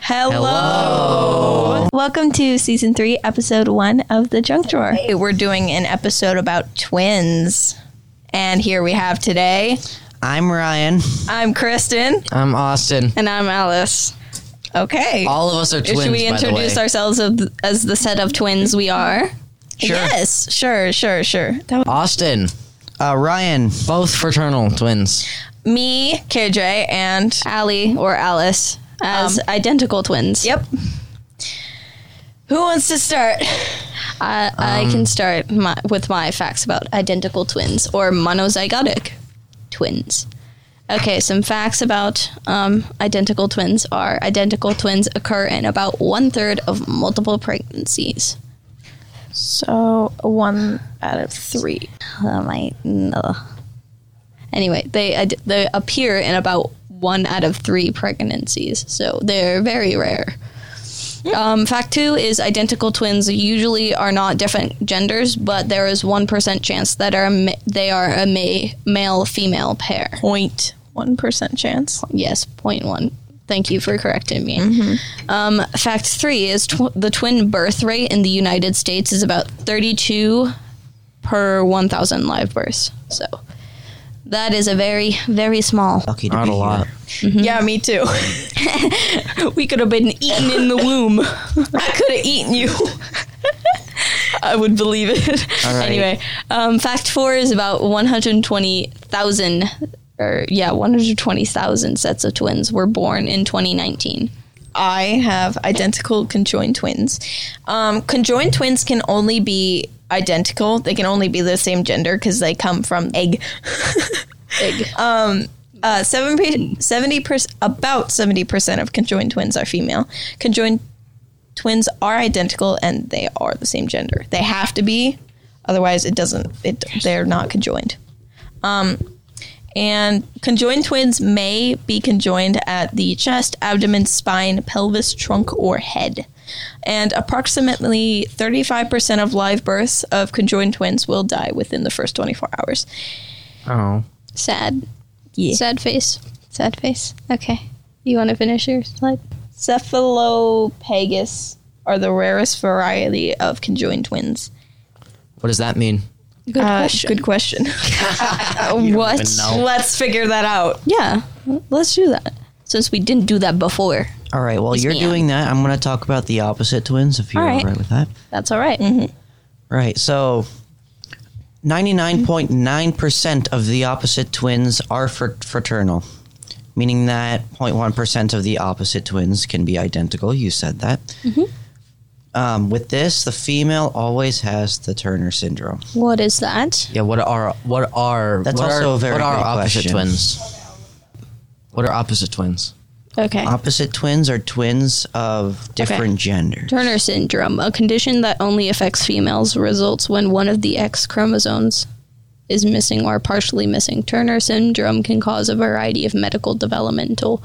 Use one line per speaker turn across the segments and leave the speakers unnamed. Hello. Welcome to season three, episode one of The Junk Drawer. Hey, we're doing an episode about twins. And here we have today,
I'm Ryan.
I'm Kristen.
I'm Austin.
And I'm Alice.
Okay.
All of us are twins.
Should we introduce
by
ourselves of- as the set of twins we are?
the way. Sure.
Yes, sure, sure, sure. That was
Austin, uh, Ryan, both fraternal twins.
me, KJ, and
Allie or Alice as
Um,
identical twins.
yep. Who wants to start?
I, I can start my, with my facts about identical twins or monozygotic twins. Okay, some facts about um, identical twins are identical twins occur in about one third of multiple pregnancies.
So one out of three.
Oh my no. Anyway, they ad- they appear in about one out of three pregnancies, so they're very rare. Um, fact two is identical twins usually are not different genders, but there is one percent chance that are ma- they are a ma- male female pair.
Point one percent chance.
Yes, point one. Thank you for correcting me. Um, fact three is tw- the twin birth rate in the United States is about 32 per 1,000 live births. So that is a very, very small.
Lucky to Not a lot.
Yeah, me too.
We could have been eaten in the womb.
I could have eaten you.
I would believe it.
All right.
Anyway, um, fact four is about 120,000, or yeah, 120,000 sets of twins were born in 2019.
I have identical conjoined twins. Um, conjoined twins can only be identical. They can only be the same gender because they come from egg.
Big.
Uh, seven pe- 70 per- about 70% of conjoined twins are female. Conjoined twins are identical and they are the same gender. They have to be, otherwise it doesn't it they're not conjoined. Um and conjoined twins may be conjoined at the chest, abdomen, spine, pelvis, trunk, or head. And approximately 35% of live births of conjoined twins will die within the first 24 hours.
Oh.
Sad.
Yeah.
Sad face. Sad face. Okay. You want to finish your slide?
Cephalopagus are the rarest variety of conjoined twins.
What does that mean?
Good
Uh, Good question.
what?
even know.
Let's figure that out.
Yeah. Let's do that. Since we didn't do that before.
All right, while you're
me,
doing that, I'm going to talk about the opposite twins if you're
All
all
right.
right. with that.
That's all right.
Right, so 99.9% of the opposite twins are fr- fraternal, meaning that 0.1% of the opposite twins can be identical. You said that.
Mm-hmm.
Um, with this, the female always has the Turner syndrome.
What is that?
Yeah, what are what are
That's
what
also
are,
a very
what are
good
opposite
question.
twins? What are opposite twins?
Okay.
Opposite twins are twins of different genders.
Turner syndrome, a condition that only affects females, results when one of the X chromosomes is missing or partially missing. Turner syndrome can cause a variety of medical developmental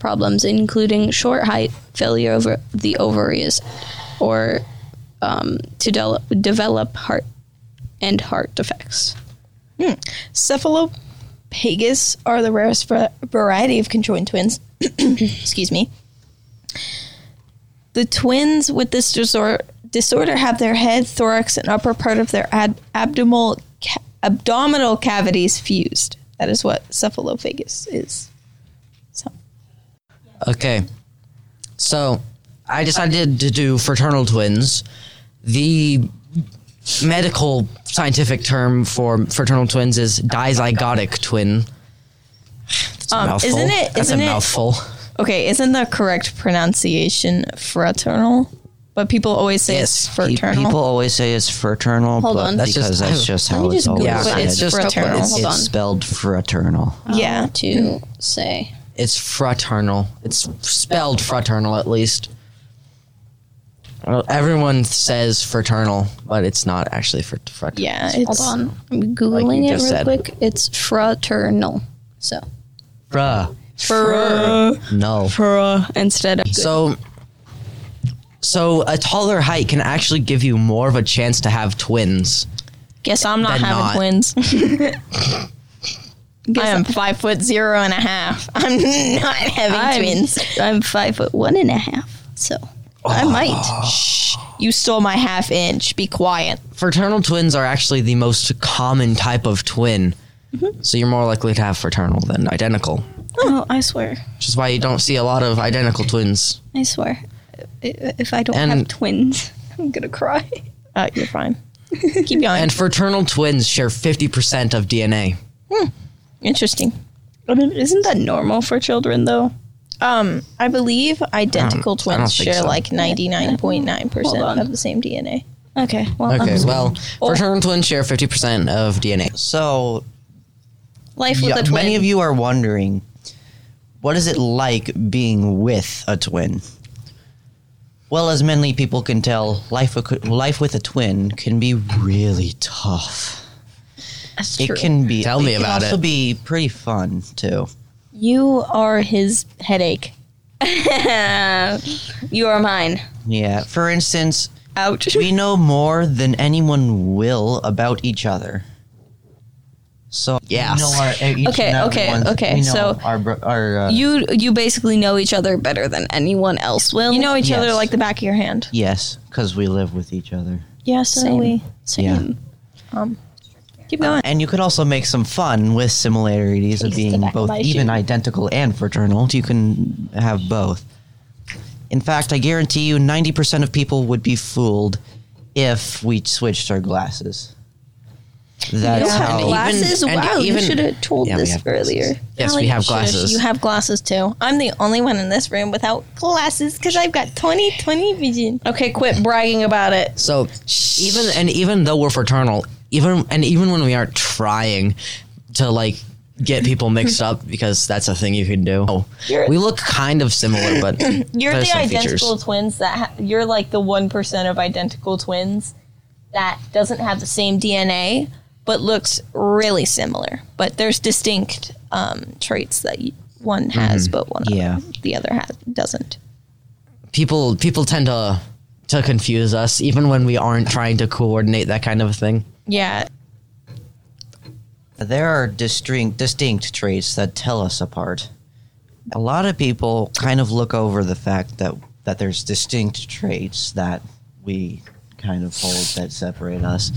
problems, including short height, failure of the ovaries, or um, to del- develop heart and heart defects.
Cephalopagus are the rarest va- variety of conjoined twins. Excuse me. The twins with this disor- disorder have their head, thorax, and upper part of their ad- abdominal ca- abdominal cavities fused. That is what cephalopagus is. So,
Okay, so I decided to do fraternal twins. The medical scientific term for fraternal twins is dizygotic twin. Oh, That's a
Um,
mouthful.
isn't it-
That's
isn't
a
it-
mouthful.
okay, isn't the correct pronunciation fraternal? But people always say
Pe-
it's fraternal.
People always say it's fraternal,
Hold
but
on.
because
That's
just-
that's just
Let me
how it's
just Google
always
it.
said.
it's
It's,
just fraternal.
Hold on.
spelled fraternal.
yeah.
To say,
It's fraternal. It's spelled fraternal at least. Uh, Everyone says fraternal, but it's not actually fr- fraternal.
Yeah, it's
hold on, I'm googling it real
just said.
quick. It's fraternal. So
Bruh.
Fra-
No.
instead of
So, so a taller height can actually give you more of a chance to have twins.
Guess I'm not
They're
having
not.
twins. I am five foot zero and a half. I'm not having
I'm,
twins.
I'm five foot one and a half, so
Oh.
I
Oh,
might.
Shh. You stole my half inch. Be quiet.
Fraternal twins are actually the most common type of twin.
Mm-hmm.
So you're more likely to have fraternal than identical,
Oh, I swear,
which is why you don't see a lot of identical twins.
I swear. I- If I don't have
And-
twins, I'm gonna cry.
Uh, you're fine. Keep going.
And fraternal twins share 50% of DNA.
Interesting.
I mean, isn't that normal for children though?
Um, I believe identical
I don't
twins
think
share
so.
like ninety nine point nine
Hold
percent
on.
of the same DNA.
Okay, well,
Okay,
um,
well, fraternal twins share 50% of DNA.
So
life with
yeah,
a twin.
many of you are wondering, what is it like being with a twin? Well, as many people can tell, life with- life with a twin can be really tough.
That's
It can be.
Tell me
it
about
can Also,
it.
be pretty fun too.
You are his headache. you are mine.
Yeah. For instance,
Ouch.
we know more than anyone will about each other. So
Yes.
we know our, uh, each
Okay,
and
okay,
everyone's-
okay,
we know
so
our, bro- our uh,
You you basically know each other better than anyone else will.
You know each other
Yes.
like the back of your hand.
yes, because we live with each other.
Yeah, so
Same.
we
Same.
um keep going.
And you could also make some fun with similarities of
Taste the
being
back of
both
my
even
shoe.
identical and fraternal. You can have both. In fact, I guarantee you 90% of people would be fooled if we switched our glasses. That's
don't have
how.
glasses?
and
Wow, you should have
told
Yeah, we have glasses. Yes, we have glasses.
You have glasses too. I'm the only one in this room without glasses because I've got 20 20 vision. Okay, quit bragging about it.
So even and even though we're fraternal, even and even when we aren't trying to like get people mixed up because that's a thing you can do. Oh,
You're-
we look kind of similar, but
You're
there's
the
some
identical
features.
twins that ha- you're like the 1% of identical twins that doesn't have the same DNA but looks really similar. But there's distinct um, traits that y one has but one
Yeah.
the other has doesn't.
People people tend to to confuse us even when we aren't trying to coordinate that kind of a thing.
Yeah.
There are distinct distinct traits that tell us apart. A lot of people kind of look over the fact that that there's distinct traits that we kind of hold that separate us,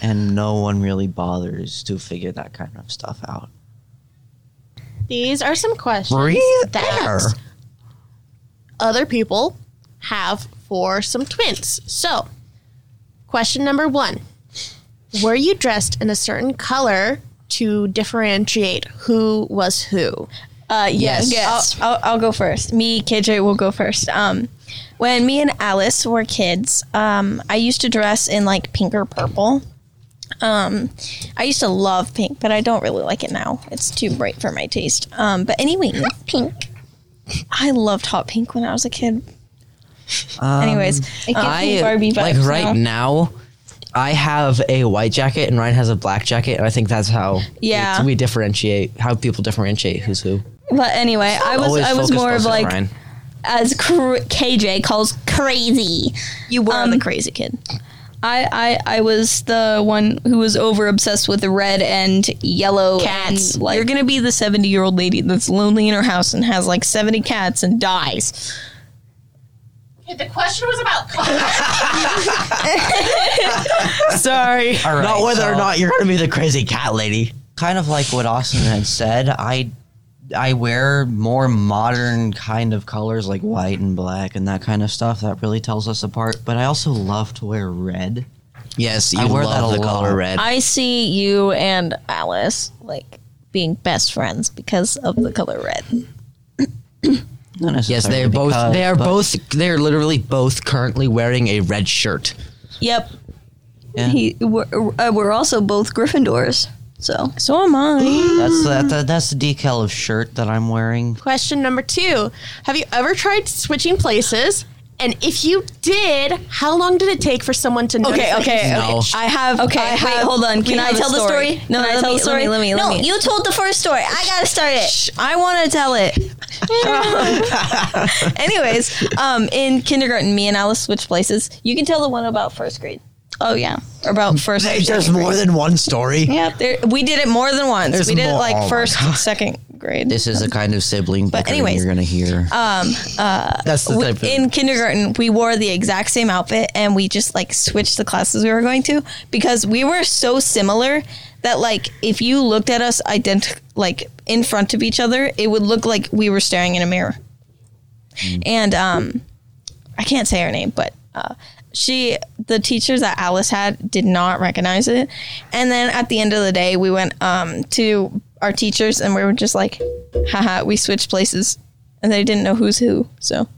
and no one really bothers to figure that kind of stuff out.
These are some questions
there.
that other people have for some twins. So, question number one Were you dressed in a certain color to differentiate who was who?
Uh, yes.
Yes.
I'll, I'll, I'll go first. Me, KJ will go first. Um, when me and Alice were kids, um, I used to dress in like pink or purple. Um, I used to love pink, but I don't really like it now. It's too bright for my taste. Um, but anyway, pink. I loved hot pink when I was a kid. Anyways, it gives me
I
Barbie vibes
Um, like right
now.
now. I have a white jacket and Ryan has a black jacket, and I think that's how
Yeah.
we, we differentiate how people differentiate who's who.
But anyway, I was
Always
I was
focus
more of
focus,
like
Ryan.
As cr- KJ calls crazy.
you were
Um,
the crazy kid.
I, I I was the one who was over obsessed with the red and yellow
cats.
And, like
You're gonna be the 70 year old lady that's lonely in her house and has like 70 cats and dies.
The question was about color.
Sorry.
All right,
not whether or
so-
not you're gonna be the crazy cat lady.
kind of like what Austin had said, I I wear more modern kind of colors like white and black and that kind of stuff that really tells us apart. But I also love to wear red.
Yes, you
I wear
love
that a
the
lot.
color red.
I see you and Alice like being best friends because of the color red.
Not
yes,
necessarily
they're both.
because-
they are
but-
both. They're literally both currently wearing a red shirt.
Yep.
yeah.
he we're, uh, we're also both Gryffindors. So
So am I.
That's that, that, that's the decal of shirt that I'm wearing.
question number two Have you ever tried switching places? And if you did, how long did it take for someone to notice?
okay,
that you
okay,
No.
okay. I have. Okay,
I
wait,
have-
hold on.
we
Can I
have a
tell the
story.
story?
No,
Can I
let
tell
me-
the story?
let me- let me-
no,
let me.
you told the first story. I gotta start it.
I want to tell it. um, Anyways, um, in kindergarten, me and Alice switched places. You can tell the one about first grade. Oh yeah, about first. and
There's
second
more
grade.
than one story.
Yeah, there, we did it more than once.
There's
we did it
more-
like
oh my
first, second grade.
This is the kind of sibling
But
bickering
anyways, uh,
you're gonna hear. That's the
we-
type of
in kindergarten, we wore the exact same outfit and we just like switched the classes we were going to because we were so similar that like if you looked at us ident like in front of each other, it would look like we were staring in a mirror.
Mm.
And um, I can't say her name, but uh, she, the teachers that Alice had, did not recognize it. And then at the end of the day, we went um, to our teachers and we were just like, haha, we switched places. And they didn't know who's who. So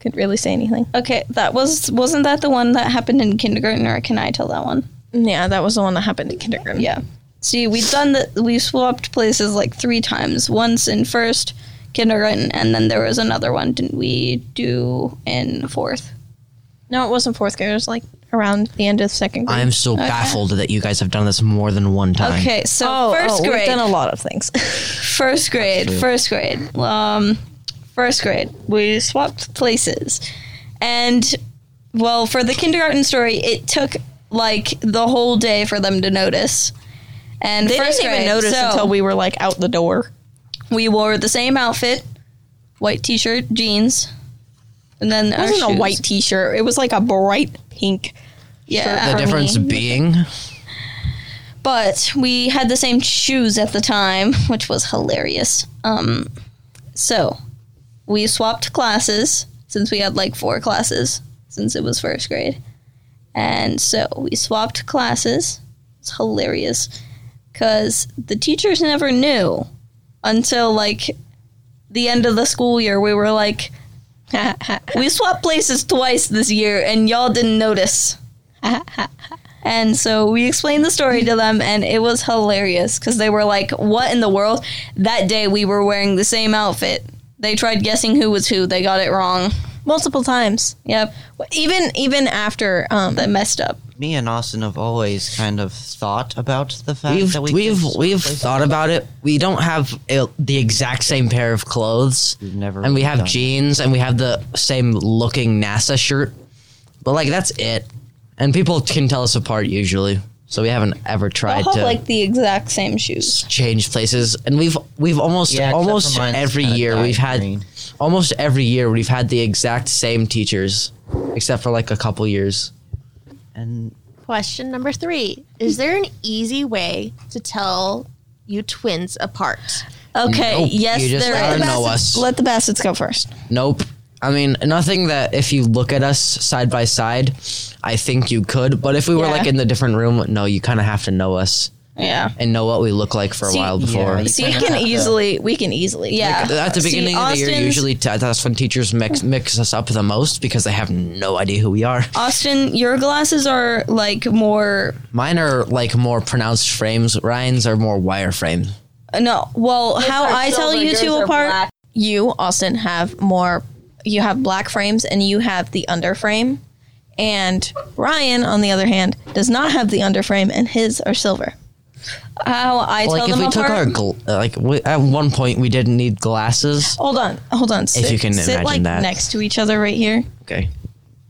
couldn't really say anything.
Okay, that was wasn't that the one that happened in kindergarten, or can I tell that one?
Yeah, that was the one that happened in kindergarten.
Yeah. See, we've done the we swapped places like three times. Once in first kindergarten, and then there was another one, didn't we do in fourth?
No, it wasn't fourth grade. It was like around the end of second grade.
I'm so baffled that you guys have done this more than one time.
Okay, so first
Oh, We've
grade,
done a lot of things.
first grade, first grade, um, first grade. We swapped places, and well, for the kindergarten story, it took like the whole day for them to notice. And
they
first
didn't even
grade,
notice
so-
until we were like out the door.
We wore the same outfit, white t-shirt, jeans, and then
It wasn't a white T-shirt. It was like a bright pink.
yeah.
The difference being,
But we had the same shoes at the time, which was hilarious. Um, so we swapped classes since we had like four classes since it was first grade, and so we swapped classes. It's hilarious because the teachers never knew until like the end of the school year. We were like, we swapped places twice this year and y'all didn't notice. and so we explained the story to them and it was hilarious because they were like, what in the world? That day we were wearing the same outfit. They tried guessing who was who. They got it wrong.
Multiple times.
Yep.
Even even after um,
They messed up.
me and Austin have always kind of thought about the fact
we've
that we
we've
could-
we've thought about it. We don't have il- the exact same pair of clothes.
We've never
and we have
done it.
jeans, and we have the same looking NASA shirt. But like that's it. And people can tell us apart usually, so we haven't ever
I
tried
have
to
like the exact same shoes.
change places. And we've we've almost
Yeah, except
almost
for mine's
every
kinda
year
dyed
we've had
green.
almost every year we've had the exact same teachers, except for like a couple years.
and
Question number three Is there an easy way to tell you twins apart?
Okay.
Nope,
yes,
you just
there
gotta
is.
know us.
let the Bassets go first.
Nope. I mean, nothing that if you look at us side by side, I think you could. But if we were
Yeah.
like in the different room, no, you kind of have to know us
Yeah.
and know what we look like for
See,
a while before.
yeah, you-
See, we can easily. We can easily.
Yeah.
At the
See,
beginning of the year,
Austin's-
usually t- that's when teachers mix mix us up the most because they have no idea who we are.
Austin, your glasses are like more
Mine are like more pronounced frames. Ryan's are more wire frames.
no. Well, how
are
I tell
silver,
you two
yours are
apart.
black. you Austin have more you have black frames and you have the underframe and Ryan on the other hand does not have the underframe and his are silver.
How I tell
Like if
them
we
apart.
took our gl- like we, at one point we didn't need glasses.
Hold on, hold on. Sit,
you can uh,
sit
imagine
like
that.
next to each other right here
Okay.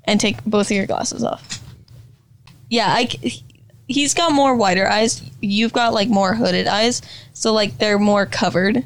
and take both of your glasses off. Yeah, I c- he's got more wider eyes. You've got like more hooded eyes, so like they're more covered.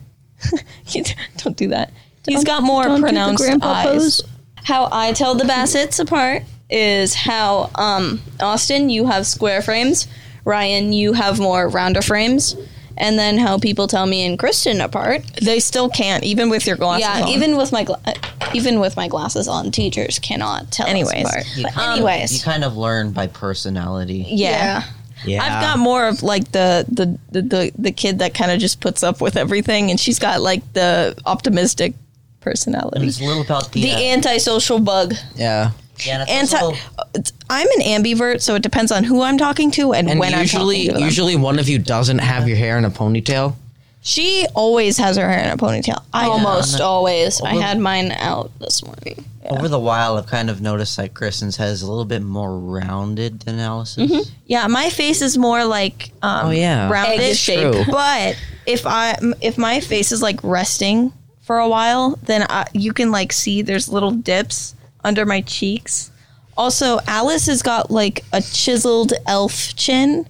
You d- don't do that. he's got more
don't do the
pronounced
grandpa
eyes.
pose. how I tell the Bassets apart is how um, Austin, you have square frames, Ryan, you have more rounder frames, and then how people tell me and Kristen apart.
They still can't, even with your glasses.
yeah,
on.
even with my gla- uh, even with my glasses on, teachers cannot tell. us
Anyways.
apart.
you
But
kind of-
anyways,
you kind of learn by personality.
yeah.
Yeah.
I've got more of like the the the, the, the kid that kind of just puts up with everything, and she's got like the optimistic personality.
It's a little about the,
The
uh,
antisocial bug.
Yeah.
yeah, and it's
Anti,
also-
it's- I'm an ambivert, so it depends on who I'm talking to and,
And
when I'm
usually,
talking to them.
usually one of you doesn't have your hair in a ponytail.
she always has her hair in a ponytail. I
Almost always. I
well-
had mine out this morning.
over the while, I've kind of noticed that Kristen's head is a little bit more rounded than Alice's.
Yeah, my face is more like um,
Oh, yeah.
rounded
Egg shape.
True.
But if I if my face is like resting for a while, then I, you can like see there's little dips under my cheeks. Also, Alice has got like a chiseled elf chin,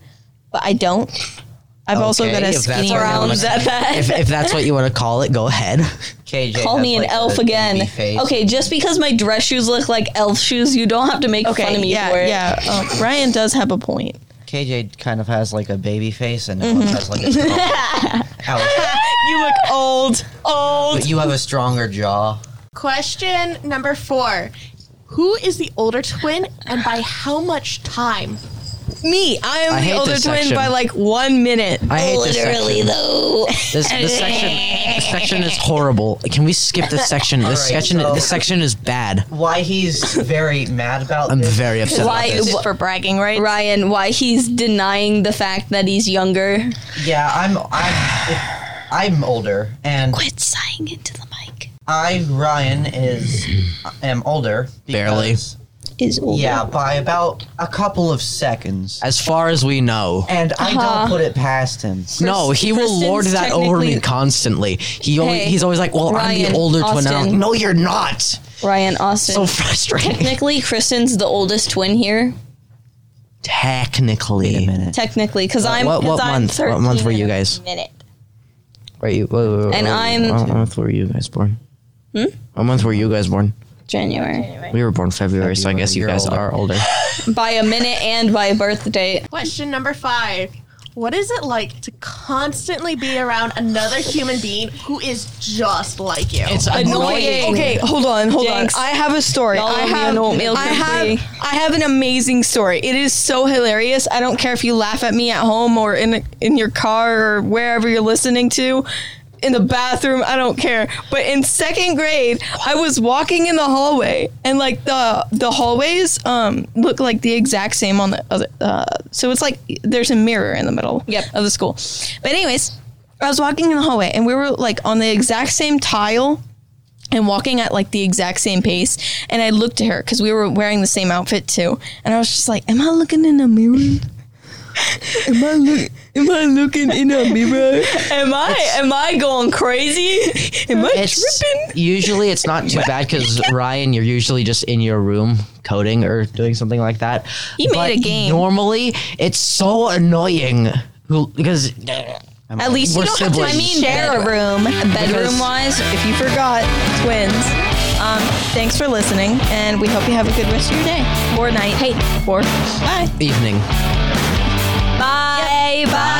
but I don't. I've also
Okay,
got a
if that's
skinny
what you wanna-
round at that.
If, if that's what you want to call it, go ahead.
KJ
Call
has,
me an
like,
elf
the
again.
baby face.
Okay, just because my dress shoes look like elf shoes, you don't have to make
Okay,
fun of me
yeah,
for it.
yeah. Um, Ryan does have a point.
KJ kind of has like a baby face, and Alice
Mm-hmm.
has like a. Strong, Alice,
You look old, old.
but you have a stronger jaw.
Question number four. Who is the older twin and by how much time?
Me, I am
I
the
hate
older twin
this section.
by like one minute.
I hate this section.
Literally though.
This, this section, this section is horrible. Can we skip this section? This
Alright,
section,
so-
this section is bad.
Why he's very mad about?
I'm
this
very upset.
Why-
about this.
wh-
for bragging rights.
Ryan, why he's denying the fact that he's younger.
Yeah, I'm. I'm. I'm older, and
Quit sighing into the mic.
I Ryan is am older.
Barely.
because-
Is old.
Yeah, by about a couple of seconds.
As far as we know.
And I
Uh-huh.
don't put it past him.
No, he will
Kristen's
lord that over me
technically-
constantly. He always,
Hey,
he's always like, "Well, I'm
Ryan,
the older twin." And I'm like,
Austin.
no, you're not.
Ryan Austin.
So frustrating.
Technically, Kristen's the oldest twin here.
Technically,
Wait a minute.
Technically, because I'm
Uh, what- what
'cause I'm
month? What month
13
were you
and a
guys?
Minute.
Right, you, wait, wait, wait,
And
wait,
I'm-
What month were you guys born? Hmm? What month were you guys born?
January.
We were born February, so I
February,
guess you
you're
guys
older.
are older.
By a minute and by a birth date.
Question number five. What is it like to constantly be around another human being who is just like you?
It's
Okay, okay, hold on, hold
Jinx.
on. I have a story.
Y'all
I
owe me
have,
an oatmeal
I
cookie.
have, I have an amazing story. It is so hilarious. I don't care if you laugh at me at home or in in your car or wherever you're listening to. In the bathroom, I don't care. But in second grade, I was walking in the hallway, and like the the hallways um, look like the exact same on the other. Uh, so it's like there's a mirror in the middle
Yep.
of the school. But anyways, I was walking in the hallway, and we were like on the exact same tile and walking at like the exact same pace. And I looked at her because we were wearing the same outfit too. And I was just like, "Am I looking in a mirror? am I look? Am I looking in a mirror? Am I? am I going crazy? Am I
It's
tripping?"
usually it's not too bad because Ryan, you're usually just in your room coding or doing something like that.
He made a game.
Normally, it's so annoying who- because
At least
We're
you don't have to
siblings.
I mean, share a room. Bedroom wise, if you forgot, twins. Um, thanks for listening, and we hope you have a good rest of your day or night. Hey, or bye.
evening.
Bye. Bye.